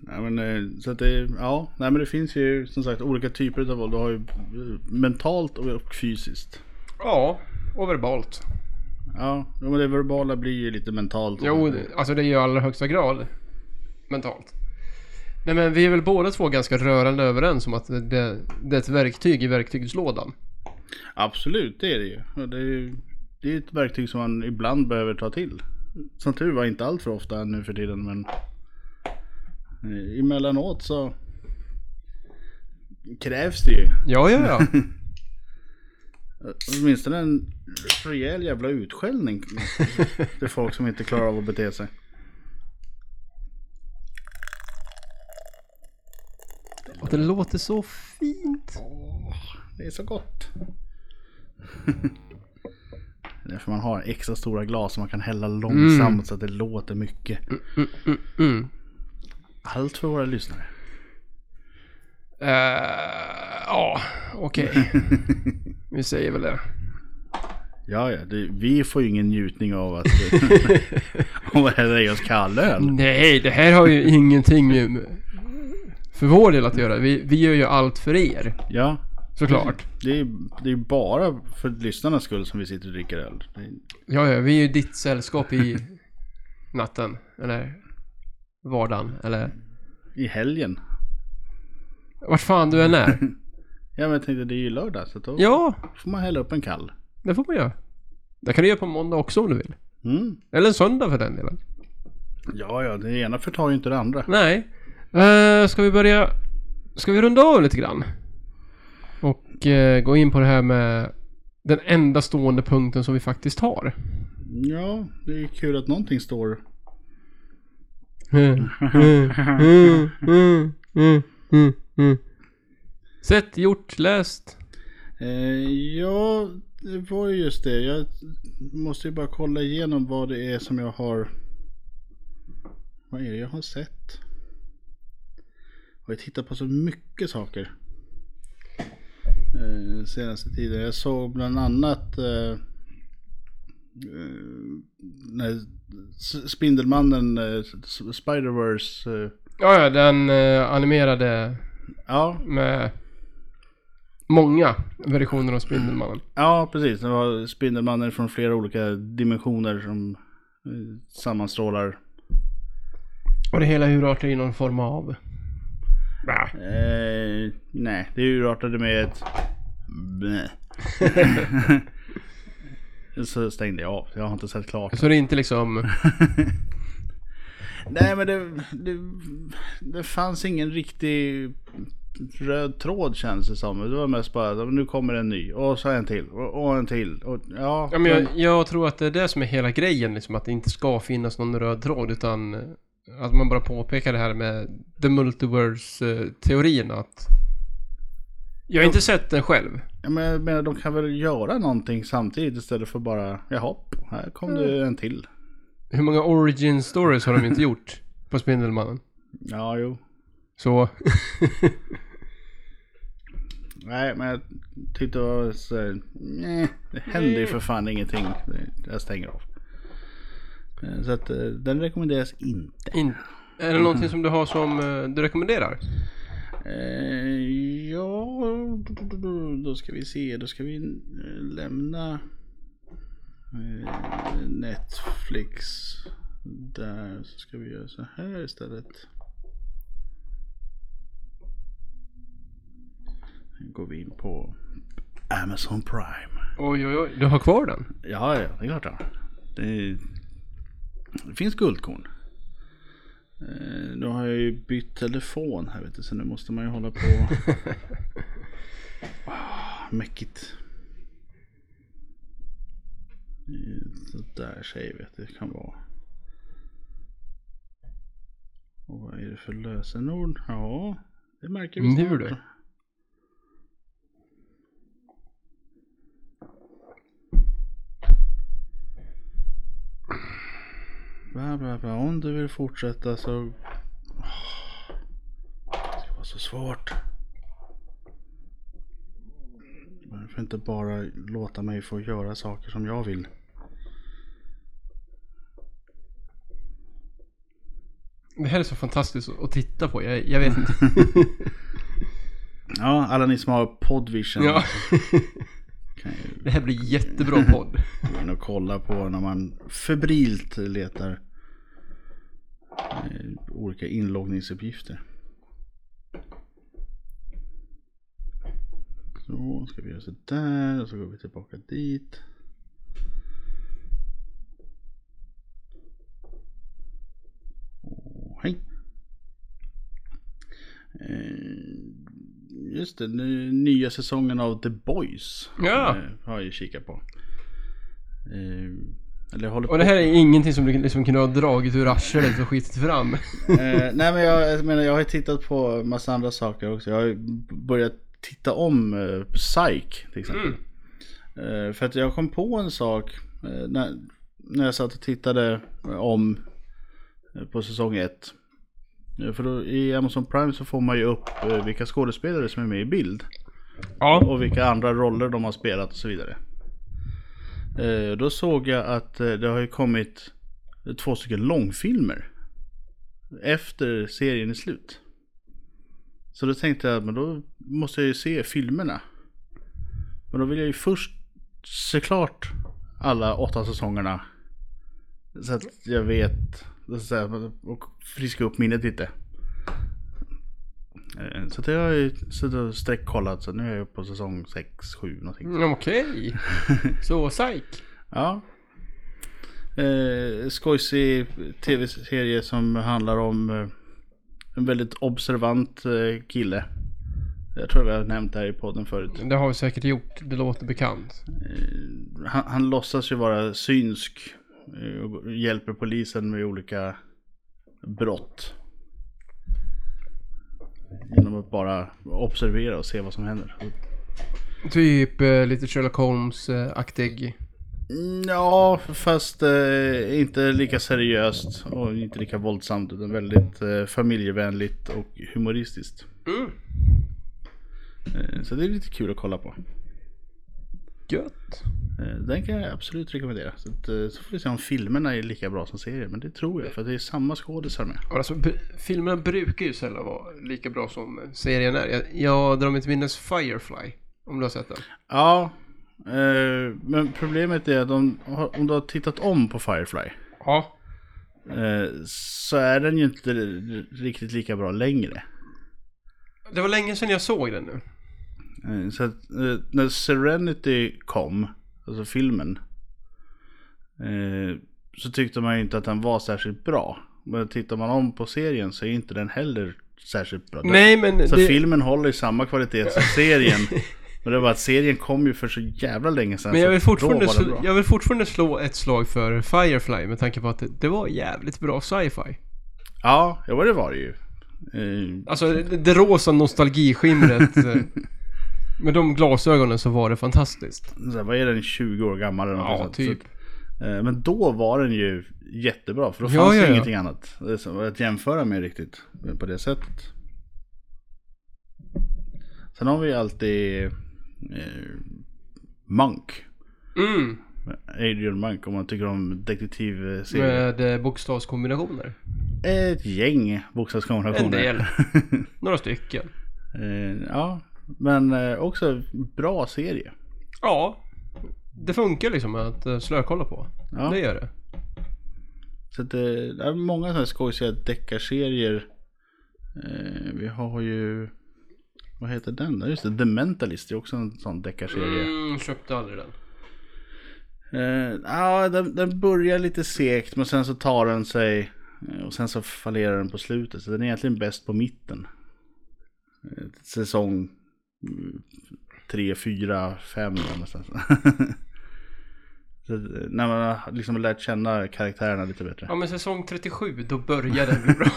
Speaker 1: Nej men eh, så att det, ja, nej men det finns ju som sagt olika typer utav våld. Du har ju eh, mentalt och- och fysiskt.
Speaker 2: Ja, och verbalt.
Speaker 1: Ja, jo, men det verbala blir ju lite mentalt.
Speaker 2: Jo, det- alltså det är ju i allra högsta grad mentalt. Nej men vi är väl båda två ganska rörande överens om att det, det är ett verktyg i verktygslådan.
Speaker 1: Absolut, det är det ju. Och Det är, ju- det är ett verktyg som man ibland behöver ta till. Som tur var inte allt för ofta nu för tiden men eh, emellanåt så krävs det ju. eh,
Speaker 2: Ja, ja, ja.
Speaker 1: Åtminstone en rejäl jävla utskällning till folk som inte klarar av att bete sig.
Speaker 2: Och det låter så fint.
Speaker 1: Det är så gott. Det är därför man har extra stora glas som man kan hälla långsamt så att det låter mycket.
Speaker 2: Mm.
Speaker 1: Allt för våra lyssnare.
Speaker 2: Eh, ja, okej. Vi säger väl det.
Speaker 1: Ja, ja. Det, vi får ju ingen njutning av att, av att hälla i oss kallöl.
Speaker 2: Nej, det här har ju ingenting med- för vår del att göra. Vi, vi gör ju allt för er,
Speaker 1: Ja,
Speaker 2: såklart.
Speaker 1: det är det är bara för lyssnarnas skull som vi sitter och dricker öl. Det,
Speaker 2: Ja, ja, vi är ju ditt sällskap i natten, eller vardagen, eller
Speaker 1: I helgen.
Speaker 2: vart fan du än är.
Speaker 1: Ja, men jag tänkte det är ju lördag så då
Speaker 2: Ja,
Speaker 1: får man hälla upp en kall.
Speaker 2: det får man göra. Det kan du göra på måndag också om du vill.
Speaker 1: Mm.
Speaker 2: Eller en söndag för den delen.
Speaker 1: Ja, ja, det ena förtar ju inte det andra.
Speaker 2: Nej. Eh, ska vi börja... Ska vi runda av lite grann? Och eh, gå in på det här med den enda stående punkten som vi faktiskt har.
Speaker 1: Ja, det är ju kul att någonting står.
Speaker 2: Sett, gjort, läst.
Speaker 1: Eh, ja, det var ju just det. Jag måste ju bara kolla igenom vad det är som jag har... Vad är det jag har sett? Och jag tittar på så mycket saker. Eh, senaste tiden. Jag såg bland annat eh, eh, när S- Spindelmannen, eh, S- Spider-Verse. Eh,
Speaker 2: Ja, ja, den eh, animerade
Speaker 1: ja,
Speaker 2: med många versioner av Spindelmannen.
Speaker 1: Ja, precis. Det var Spindelmannen från flera olika dimensioner som eh, sammanstrålar.
Speaker 2: Och det hela urartar i någon form av... Bah.
Speaker 1: Eh, nej, det urartade med ett... Blä. Så stängde jag av. Jag har inte sett klart.
Speaker 2: Så det är inte liksom...
Speaker 1: Nej, men det, det, det fanns ingen riktig röd tråd känns det som. Det var mest bara att nu kommer en ny. Och så en till. Och, och en till. Och, ja,
Speaker 2: Ja, men jag, jag tror att det är det som är hela grejen, liksom, att det inte ska finnas någon röd tråd, utan eh, att man bara påpekar det här med the multiverse-teorin att... Jag har inte sett den själv.
Speaker 1: Ja, men jag menar, de kan väl göra någonting samtidigt istället för bara, jaha, här kom det en till.
Speaker 2: Hur många origin stories har de inte gjort på Spindelmannen?
Speaker 1: Ja, jo.
Speaker 2: Så...
Speaker 1: Nej, men jag tyckte det var så här, nej, det händer ju för fan ingenting. Jag stänger av. Eh, Så att eh, den rekommenderas inte.
Speaker 2: In, är det någonting som du har som eh, du rekommenderar?
Speaker 1: Eh, ja, då ska vi se. Då ska vi eh, lämna eh, Netflix Där, så ska vi göra så här istället. Nu går vi in på Amazon Prime.
Speaker 2: Oj, oj, oj. Du har kvar den?
Speaker 1: Ja, ja, det är klart jag har. det är- Det finns guldkorn. Eh, Nu har jag ju bytt telefon här vet du, så nu måste man ju hålla på. Ah, Mäckigt. Eh, Så där säger vi att det kan vara. Och vad är det för lösenord? Ja, Mm, det märker vi
Speaker 2: Nu du.
Speaker 1: Bla, bla, bla. Om du vill fortsätta så... Åh, Det ska vara så svårt. Varför inte bara låta mig få göra saker som jag vill?
Speaker 2: Det här är så fantastiskt att titta på. Jag, jag vet inte.
Speaker 1: Ja, alla ni som har Podvision
Speaker 2: Ja.
Speaker 1: kan ju
Speaker 2: Det här blir jättebra podd.
Speaker 1: gå in och kolla på när man febrilt letar eh, olika inloggningsuppgifter. Så ska vi göra sådär och så går vi tillbaka dit. Och hej! Eh, Just det, den nya säsongen av The Boys
Speaker 2: Ja.
Speaker 1: eh, har jag ju kikat på. Eh, Eller jag håller på.
Speaker 2: Och det här är ingenting som du liksom kunde ha dragit ur arslet och skitit fram.
Speaker 1: Eh, nej men jag, jag menar jag har ju tittat på massa andra saker också. Jag har ju b- börjat titta om eh, Psych till exempel.
Speaker 2: Mm.
Speaker 1: Eh, för att jag kom på en sak eh, när, när jag satt och tittade eh, om eh, på säsong 1. För då, i Amazon Prime så får man ju upp eh, vilka skådespelare som är med i bild.
Speaker 2: Ja.
Speaker 1: Och vilka andra roller de har spelat och så vidare. Eh, då såg jag att eh, det har ju kommit två stycken långfilmer. Efter serien är slut. Så då tänkte jag, men då måste jag ju se filmerna. Men då vill jag ju först se klart alla åtta säsongerna. Så att jag vet, så att säga, och friska upp minnet lite. Eh, Så det har jag ju suttit och streckkollat så nu är jag uppe på säsong 6, 7 någonting.
Speaker 2: Mm, Okej. Så, psyk.
Speaker 1: Ja. Eh, skojsig tv-serie som handlar om eh, en väldigt observant eh, kille. Jag tror vi har nämnt det här i podden förut.
Speaker 2: Det har vi säkert gjort. Det låter bekant.
Speaker 1: Han, han låtsas ju vara synsk eh, och hjälper polisen med olika brott. Genom att bara observera och se vad som händer.
Speaker 2: Typ eh, lite Sherlock Holmes-aktig.
Speaker 1: Mm, Ja, fast eh, inte lika seriöst och inte lika våldsamt utan väldigt eh, familjevänligt och humoristiskt.
Speaker 2: Mm.
Speaker 1: Eh, så det är lite kul att kolla på.
Speaker 2: Gött.
Speaker 1: Eh, den kan jag absolut rekommendera. Så, att, eh, så får vi se om filmerna är lika bra som serien, men det tror jag för att det är samma skådisar med.
Speaker 2: Och Alltså, b- filmerna brukar ju sällan vara lika bra som serien är. Jag, jag drar mig till minnes Firefly. Om du har sett den.
Speaker 1: Ja, eh, men problemet är att om, om du har tittat om på Firefly
Speaker 2: Ja.
Speaker 1: eh, så är den ju inte riktigt lika bra längre.
Speaker 2: Det var länge sedan jag såg den nu.
Speaker 1: Eh, Så att, eh, när Serenity kom, alltså filmen, eh, så tyckte man ju inte att den var särskilt bra. Men tittar man om på serien så är inte den heller särskilt bra.
Speaker 2: Nej, men
Speaker 1: så
Speaker 2: det,
Speaker 1: filmen håller ju samma kvalitet som serien. Men det var att serien kom ju för så jävla länge sedan.
Speaker 2: men jag
Speaker 1: så
Speaker 2: vill,
Speaker 1: alltså, då var
Speaker 2: fortfarande,
Speaker 1: den
Speaker 2: sl-
Speaker 1: bra.
Speaker 2: jag vill fortfarande slå ett slag för Firefly med tanke på att det, det var jävligt bra sci-fi.
Speaker 1: Ja, ja, det var det ju. Eh,
Speaker 2: Alltså det, det rosa nostalgiskimret. eh, med de glasögonen så var det fantastiskt.
Speaker 1: så här, vad är den, 20 år gammal eller något
Speaker 2: Ja,
Speaker 1: sånt.
Speaker 2: typ.
Speaker 1: Så, eh, Men då var den ju jättebra för då
Speaker 2: Ja,
Speaker 1: fanns
Speaker 2: ja,
Speaker 1: det
Speaker 2: ja.
Speaker 1: ingenting annat eh, som var att jämföra med riktigt eh, på det sättet. Sen har vi ju alltid eh, Monk.
Speaker 2: Mm,
Speaker 1: Adrian Monk om man tycker om detektivserier.
Speaker 2: med eh, bokstavskombinationer.
Speaker 1: Ett gäng bokstavskombinationer.
Speaker 2: En del. Några stycken.
Speaker 1: eh, ja, men eh, också bra serie.
Speaker 2: Ja. Det funkar liksom att eh, slökolla på.
Speaker 1: Ja.
Speaker 2: Det gör det.
Speaker 1: Så att eh, det, det är många sådana här skojsiga deckarserier. Eh, vi har ju, vad heter den då? Just det, The Mentalist är också en sån deckarserie.
Speaker 2: Mm, köpte aldrig den.
Speaker 1: Eh, ja, den, den börjar lite segt men sen så tar den sig eh, och sen så fallerar den på slutet. Så den är egentligen bäst på mitten. Eh, säsong mm, 3, 4, 5 någonstans. så, eh, när man har liksom lärt känna karaktärerna lite bättre.
Speaker 2: Ja men säsong 37, då börjar den bli bra.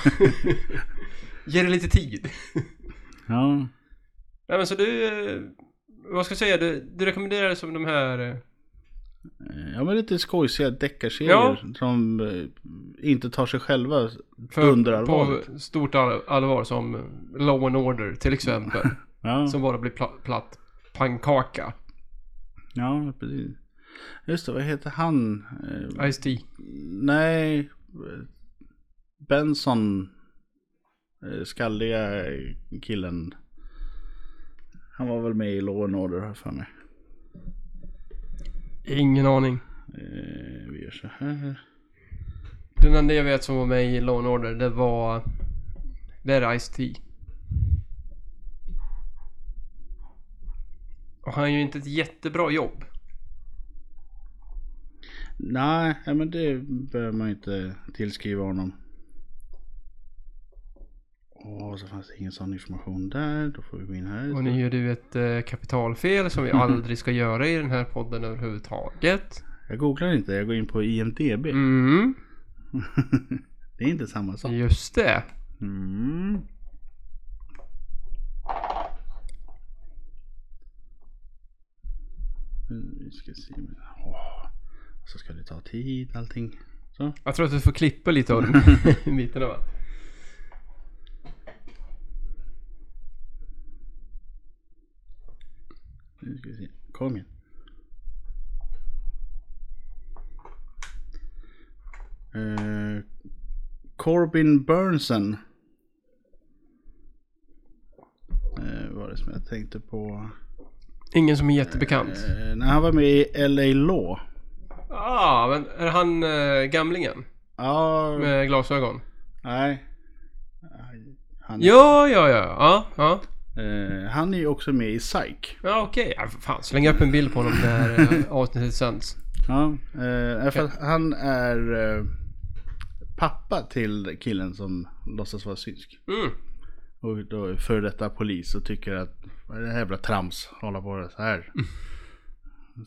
Speaker 2: Ge det lite tid.
Speaker 1: Ja.
Speaker 2: Nej men så du, eh, vad ska jag säga, du, du rekommenderar det som de här... eh,
Speaker 1: Eh, Ja men lite skojsiga deckarserier
Speaker 2: Ja.
Speaker 1: som eh, inte tar sig själva
Speaker 2: För,
Speaker 1: underallvarligt.
Speaker 2: På stort all- allvar som eh, Law and Order till exempel.
Speaker 1: Ja.
Speaker 2: som bara blir pla- platt pannkaka.
Speaker 1: ja, precis. Just det, vad heter han? Eh,
Speaker 2: Ice-T.
Speaker 1: Nej. eh, Benson. eh, Skalliga eh, killen. Han var väl med i Law and Order har jag för mig.
Speaker 2: Ingen aning.
Speaker 1: Eh, vi gör så här.
Speaker 2: Den enda jag vet som var med i Law and Order, det var... Det är Ice-T. Och han gör ju inte ett jättebra jobb.
Speaker 1: Nej, nej, men det behöver man inte tillskriva honom. Åh, så fanns det ingen sån information där. Då får vi gå in här.
Speaker 2: Och nu gör du ett eh, kapitalfel som vi aldrig ska göra i den här podden överhuvudtaget.
Speaker 1: Jag googlar inte, jag går in på IMDB.
Speaker 2: Mm,
Speaker 1: det är inte samma sak.
Speaker 2: just det.
Speaker 1: Mm. Mm, Vi ska se. men, Åh, så ska det ta tid allting. Så.
Speaker 2: Jag tror att du får klippa lite av de bitarna va?
Speaker 1: Nu ska vi se. Kom igen. Eh, Corbin Burnson. Eh, vad var det som jag tänkte på?
Speaker 2: Ingen som är jättebekant.
Speaker 1: Eh, när han var med i LA Law.
Speaker 2: Ah, men är han eh, gamlingen?
Speaker 1: Ja,
Speaker 2: Med glasögon?
Speaker 1: nej. Han,
Speaker 2: Ja, ja, ja. Ja, ja.
Speaker 1: eh, han är ju också med i Psych.
Speaker 2: Ja, okej. Ja, för fan, släng upp en bild på honom när eh, avsnittet sänds.
Speaker 1: Ja, eh, för att han är eh, pappa till killen som låtsas vara synsk.
Speaker 2: Mm.
Speaker 1: Och då är före detta polis och tycker att vad är det här jävla trams? Hålla på så här.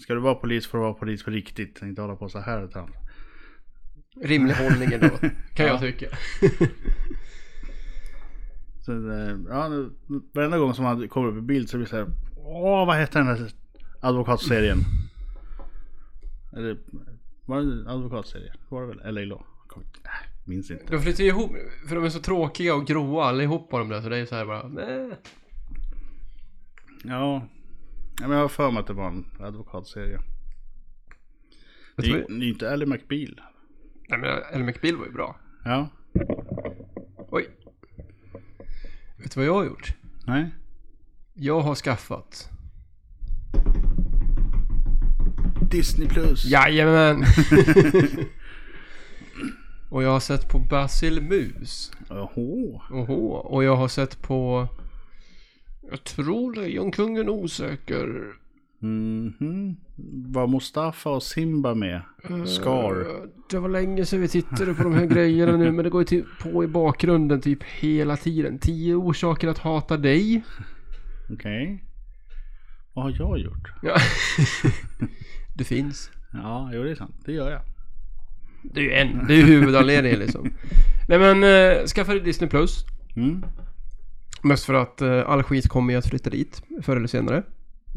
Speaker 1: Ska du vara polis får du vara polis för riktigt. Inte hålla på så här och trams.
Speaker 2: Rimlig hållning ändå, kan jag tycka.
Speaker 1: Så, eh, ja, nu- varenda gång som han kommer upp i bild så blir det så här. Åh, vad heter den här advokatserien? Eller var det advokatserien? Var det väl? Eller LA Law? Kom- nej, Minns inte.
Speaker 2: De flyttar ju ihop, för de är så tråkiga och gråa allihopa de där, så det är ju så här bara... Nej.
Speaker 1: Ja. ja men jag har för mig att det var en advokatserie.
Speaker 2: Jag
Speaker 1: Det är
Speaker 2: tror,
Speaker 1: det är ju inte Ally McBeal.
Speaker 2: nej men Ellen McBeal var ju bra.
Speaker 1: Ja.
Speaker 2: Oj. Vet du vad jag har gjort?
Speaker 1: Nej.
Speaker 2: Jag har skaffat...
Speaker 1: Disney plus.
Speaker 2: Jajamän! och jag har sett på Basil Mus.
Speaker 1: Jaha.
Speaker 2: Oho, och jag har sett på... Jag tror Lejonkungen osöker.
Speaker 1: Mhm. Var Mustafa och Simba med? Scar.
Speaker 2: Eh, Det var länge sedan vi tittade på de här grejerna nu men det går ju typ på i bakgrunden typ hela tiden. Tio orsaker att hata dig.
Speaker 1: Okej. Vad har jag gjort?
Speaker 2: Ja. det finns.
Speaker 1: Ja, jo det är sant. Det gör jag.
Speaker 2: Det är ju en. Det är ju huvudanledningen liksom. Nej men eh, skaffa dig Disney Plus.
Speaker 1: Mm.
Speaker 2: Mest för att eh, all skit kommer ju att flytta dit förr eller senare.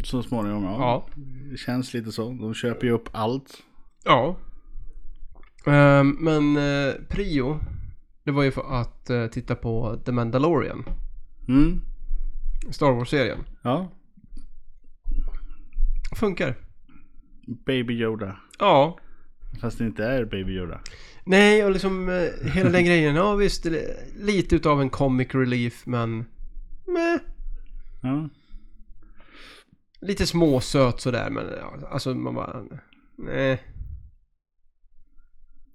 Speaker 1: Så småningom ja.
Speaker 2: Ja.
Speaker 1: Det känns lite så. De köper ju upp allt.
Speaker 2: Ja. Ehm, men eh, prio, det var ju för att eh, titta på The Mandalorian.
Speaker 1: Mm.
Speaker 2: Star Wars-serien.
Speaker 1: Ja.
Speaker 2: Funkar.
Speaker 1: Baby Yoda.
Speaker 2: Ja.
Speaker 1: Fast det inte är Baby Yoda.
Speaker 2: Nej, och liksom eh, hela den grejen. Ja visst, det är lite utav en comic relief men... Meh.
Speaker 1: Ja.
Speaker 2: Lite småsöt sådär men ja, alltså man bara... Nej.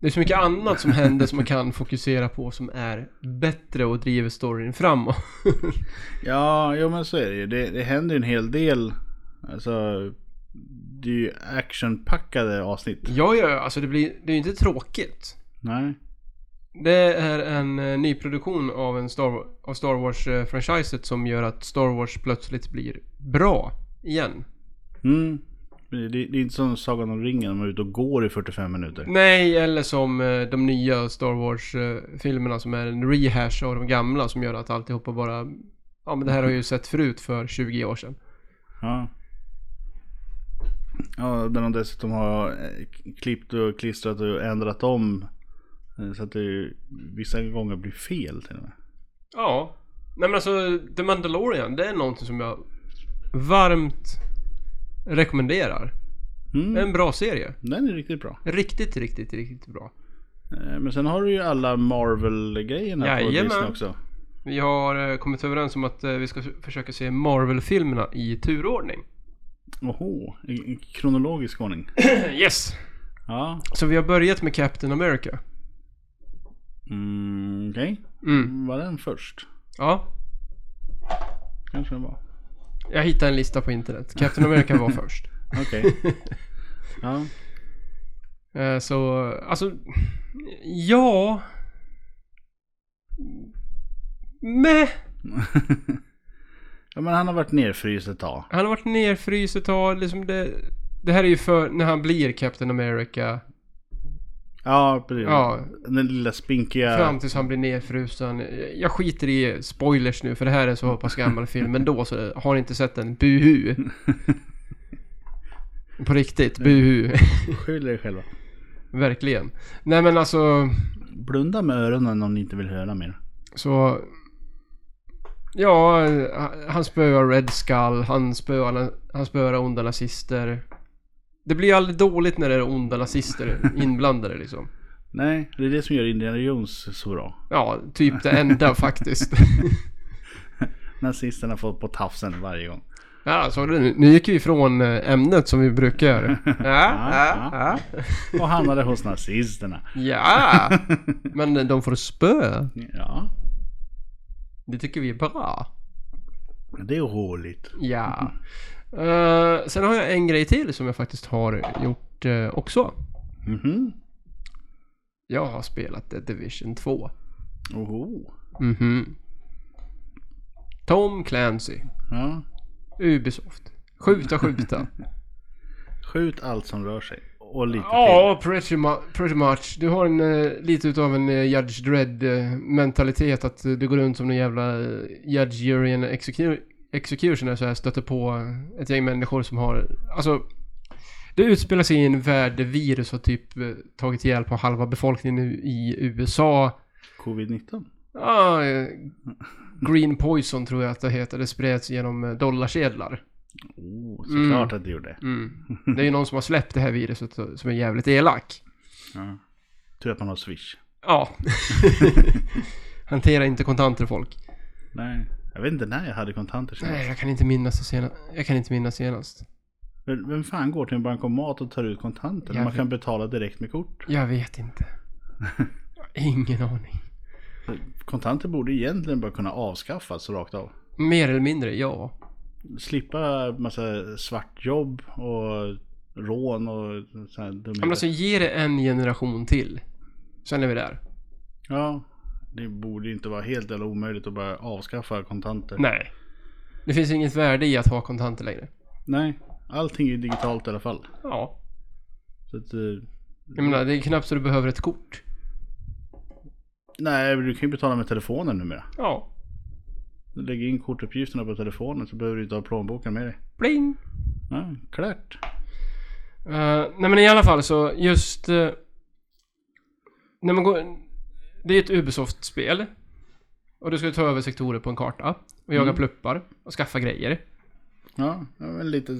Speaker 2: Det är så mycket annat som händer som man kan fokusera på som är bättre och driver storyn framåt.
Speaker 1: Ja, jo men så är det ju. Det, det händer ju en hel del. Alltså, det är ju actionpackade avsnitt.
Speaker 2: ja, ja, ja, alltså det blir det är ju inte tråkigt.
Speaker 1: Nej.
Speaker 2: Det är en eh, nyproduktion av, en Star, av Star Wars-franchiset som gör att Star Wars plötsligt blir bra igen.
Speaker 1: Mm. Det, det är inte som Sagan om ringen, de är ute och går i 45 minuter.
Speaker 2: Nej, eller som eh, de nya Star Wars-filmerna som är en rehash av de gamla som gör att alltihopa bara... Ja men det här har jag ju sett förut för 20 år sedan.
Speaker 1: Ja. Ja, där de dessutom har eh, klippt och klistrat och ändrat om. eh, Så att det ju vissa gånger blir fel till och med.
Speaker 2: Ja. Nej men alltså The Mandalorian, det är någonting som jag varmt rekommenderar. Det är
Speaker 1: Mm,
Speaker 2: en bra serie.
Speaker 1: den är riktigt bra.
Speaker 2: Riktigt, riktigt, riktigt bra.
Speaker 1: Eh, Men sen har du ju alla Marvel-grejerna på
Speaker 2: Jajamän.
Speaker 1: Disney också.
Speaker 2: Vi har eh, kommit överens om att eh, vi ska f- försöka se Marvel-filmerna i turordning.
Speaker 1: Oho, i i kronologisk ordning.
Speaker 2: yes!
Speaker 1: Ja,
Speaker 2: Så vi har börjat med Captain America.
Speaker 1: mm, okej.
Speaker 2: Mm.
Speaker 1: Var den först?
Speaker 2: Ja,
Speaker 1: Kanske den var.
Speaker 2: jag hittade en lista på internet. Captain America var först.
Speaker 1: Okej. ja.
Speaker 2: Eh, Så, alltså, ja... Meh.
Speaker 1: ja, men han har varit nerfryst ett tag.
Speaker 2: Han har varit nerfryst ett tag, liksom det... Det här är ju för när han blir Captain America.
Speaker 1: Ja, precis.
Speaker 2: Ja,
Speaker 1: Den lilla spinkiga...
Speaker 2: fram tills han blir nerfrusen. Jag skiter i spoilers nu för det här är så pass gammal film ändå så har ni inte sett den, buhu. På riktigt, buhu.
Speaker 1: Skyll er själva.
Speaker 2: Verkligen. Nej men alltså...
Speaker 1: Blunda med öronen om ni inte vill höra mer.
Speaker 2: Så... Ja, han spöar Red Skull, han spöar, han spöar onda nazister. Det blir ju aldrig dåligt när det är onda nazister inblandade liksom.
Speaker 1: Nej, det är det som gör Indiana Jones så bra.
Speaker 2: Ja, typ det enda faktiskt.
Speaker 1: Nazisterna får på tafsen varje gång.
Speaker 2: Ja, så nu, nu gick vi ifrån eh, ämnet som vi brukar göra. Ja,
Speaker 1: Ja,
Speaker 2: ja,
Speaker 1: Och hamnade hos nazisterna.
Speaker 2: ja. ja. Men eh, de får spö.
Speaker 1: Ja,
Speaker 2: Det tycker vi är bra.
Speaker 1: det är roligt.
Speaker 2: Ja. Eh, sen har jag en grej till som jag faktiskt har gjort eh, också.
Speaker 1: Mhm.
Speaker 2: Jag har spelat The Division 2.
Speaker 1: Oho.
Speaker 2: Mhm. Tom Clancy.
Speaker 1: Ja.
Speaker 2: Ubisoft. Skjuta, skjuta.
Speaker 1: Skjut allt som rör sig. Och lite till.
Speaker 2: Ja, pretty, mu- pretty much. Du har en, eh, lite utav en eh, Judge Dredd eh, mentalitet att eh, du går runt som den jävla eh, Judge Jurien execu- Executioner så här stöter på eh, ett gäng människor som har, alltså det utspelar sig i en värld där virus har typ eh, tagit ihjäl på halva befolkningen i- i USA.
Speaker 1: Covid-19.
Speaker 2: Ja, eh, Green Poison tror jag att det heter. Det spreds genom eh, dollarsedlar.
Speaker 1: Oh, såklart att det gjorde.
Speaker 2: Mm. Det är ju någon som har släppt det här viruset som är jävligt elak.
Speaker 1: Ja. Tur att man har swish.
Speaker 2: Ja. Hantera inte kontanter folk.
Speaker 1: Nej. Jag vet inte när jag hade kontanter senast.
Speaker 2: Nej, jag kan inte minnas det senast. Jag kan inte minnas senast.
Speaker 1: Vem vem fan går till en bankomat och tar ut kontanter när
Speaker 2: Jag
Speaker 1: man
Speaker 2: vet.
Speaker 1: kan betala direkt med kort?
Speaker 2: Jag vet inte. Jag har Ingen aning.
Speaker 1: Kontanter borde egentligen bara kunna avskaffas rakt av.
Speaker 2: Mer eller mindre, ja.
Speaker 1: Slippa massa svartjobb och rån och sådana
Speaker 2: Men
Speaker 1: dumheter.
Speaker 2: alltså ge det en generation till. Sen är vi där.
Speaker 1: Ja, det borde inte vara helt eller omöjligt att bara avskaffa kontanter.
Speaker 2: Nej. Det finns inget värde i att ha kontanter längre.
Speaker 1: Nej, allting är ju digitalt i alla fall.
Speaker 2: Ja.
Speaker 1: Så att, eh,
Speaker 2: Jag menar, det är knappt så du behöver ett kort.
Speaker 1: nej, du kan ju betala med telefonen numera.
Speaker 2: Ja.
Speaker 1: Du lägger in kortuppgifterna på telefonen så behöver du inte ha plånboken med dig.
Speaker 2: Bling!
Speaker 1: Ja, klart.
Speaker 2: Eh, nej men i alla fall så just... eh, när man går... Det är ett Ubisoft-spel. Och du ska ta över sektorer på en karta. Och jaga pluppar. Och skaffa grejer.
Speaker 1: Ja, ja, men lite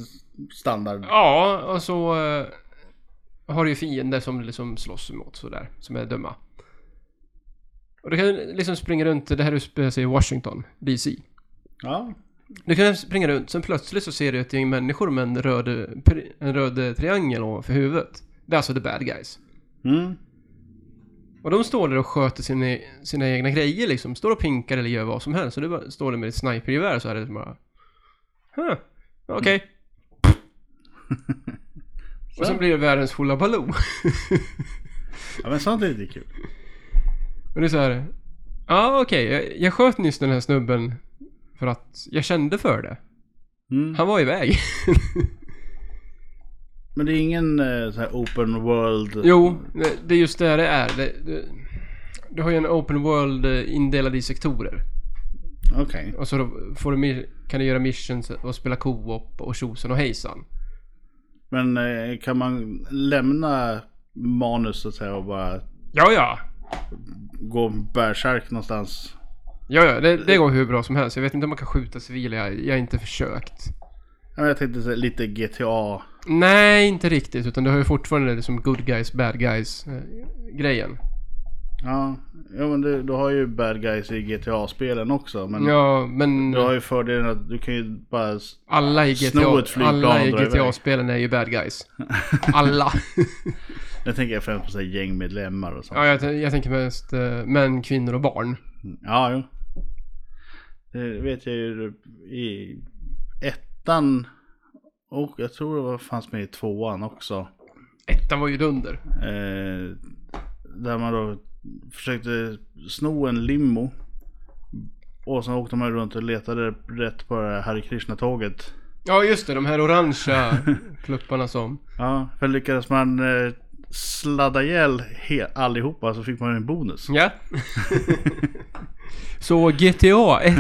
Speaker 1: standard.
Speaker 2: Ja, och så... eh, har du ju fiender som du liksom slåss emot sådär. Som är dumma. Och du kan liksom springa runt. Det här utspelar sig i Washington, DC.
Speaker 1: Ja,
Speaker 2: Du kan springa runt, sen plötsligt så ser du ett gäng människor med en röd, en röd triangel ovanför huvudet. Det är alltså the bad guys.
Speaker 1: Mm.
Speaker 2: Och de står där och sköter sina, sina egna grejer liksom. Står och pinkar eller gör vad som helst. Så du bara står där med ett snipergevär så här liksom bara... Huh, okej. och sen blir det världens hullabaloo.
Speaker 1: Ja, men sånt är lite kul.
Speaker 2: Och det är så här. Ja, okej. Jag, jag sköt nyss den här snubben för att jag kände för det.
Speaker 1: Mm.
Speaker 2: Han var iväg.
Speaker 1: Men det är ingen eh, så här open world.
Speaker 2: jo, det- det är just det det är. Det, det, du har ju en open world eh, indelad i sektorer.
Speaker 1: Okej.
Speaker 2: Och så då får du, mi- kan du göra missions och spela co-op och tjosan och hejsan.
Speaker 1: Men eh, kan man lämna manus så att säga och bara
Speaker 2: Ja, ja.
Speaker 1: gå bärsärk någonstans?
Speaker 2: Ja, ja. Det, det går hur bra som helst. Jag vet inte om man kan skjuta civila. Jag, jag har inte försökt.
Speaker 1: Ja, men Jag tänkte så här, lite GTA.
Speaker 2: Nej, inte riktigt. Utan du har ju fortfarande det som good guys, bad guys eh, grejen.
Speaker 1: Ja, ja men du, du har ju bad guys i GTA-spelen också. Men
Speaker 2: Ja, men
Speaker 1: Mm. du har ju fördelen att du kan ju bara... s-
Speaker 2: alla i
Speaker 1: sno ett
Speaker 2: GTA,
Speaker 1: flygplan
Speaker 2: alla i
Speaker 1: och dra iväg.
Speaker 2: GTA-spelen är ju bad guys. Alla.
Speaker 1: Nu tänker jag främst på så här gängmedlemmar och sånt.
Speaker 2: ja, jag, t- jag tänker mest eh, män, kvinnor och barn.
Speaker 1: Ja, jo. Det vet jag ju i ettan och jag tror det var- fanns med i tvåan också.
Speaker 2: Ettan var ju dunder.
Speaker 1: Eh, där man då försökte sno en limo. Och sen åkte man runt och letade rätt på det här Hare Krishna-tåget.
Speaker 2: Ja, just det. De här orangea klupparna som...
Speaker 1: Ja, för lyckades man eh, sladda ihjäl he- allihopa så fick man en bonus.
Speaker 2: Ja. Så GTA 1,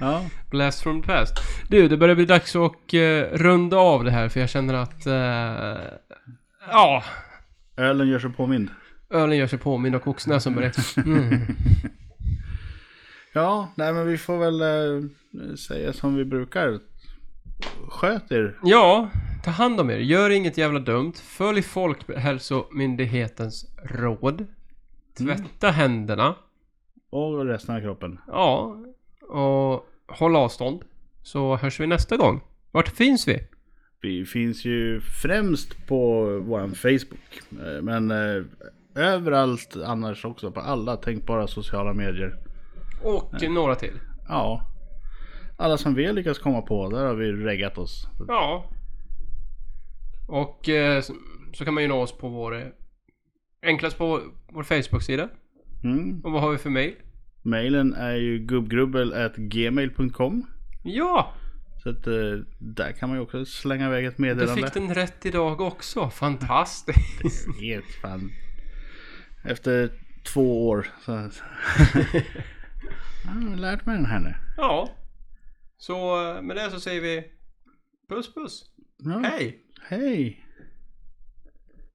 Speaker 1: Ja,
Speaker 2: Blast from the Past. Du, det börjar bli dags att eh, runda av det här för jag känner att... eh, ja,
Speaker 1: ölen gör sig påmind.
Speaker 2: ölen gör sig påmind och oxnäsan Mm. börjar...
Speaker 1: Ja, nej men vi får väl eh, säga som vi brukar. Sköt er.
Speaker 2: Ja, ta hand om er. Gör inget jävla dumt. Följ Folkhälsomyndighetens råd. Tvätta händerna.
Speaker 1: Och resten av kroppen.
Speaker 2: Ja, och håll avstånd. Så hörs vi nästa gång. Vart finns vi?
Speaker 1: Vi finns ju främst på vår Facebook. eh, Men eh, överallt annars också. På alla tänkbara sociala medier.
Speaker 2: Och några till.
Speaker 1: Ja. Alla som vi lyckas komma på, där har vi reggat oss.
Speaker 2: Ja. Och eh, så- så kan man ju nå oss på vår... eh, Enklast på vår Facebook-sida.
Speaker 1: Mm.
Speaker 2: Och vad har vi för mejl?
Speaker 1: Mailen är ju gubbgrubbel.gmail.com.
Speaker 2: Ja!
Speaker 1: Så att eh, där kan man ju också slänga iväg ett
Speaker 2: Du
Speaker 1: meddelande.
Speaker 2: fick den rätt idag också. Fantastiskt!
Speaker 1: Helt fan. Efter två år så... Jag har lärt mig den här nu.
Speaker 2: Ja. Så eh, med det så säger vi puss puss.
Speaker 1: Ja,
Speaker 2: Hej!
Speaker 1: Hej!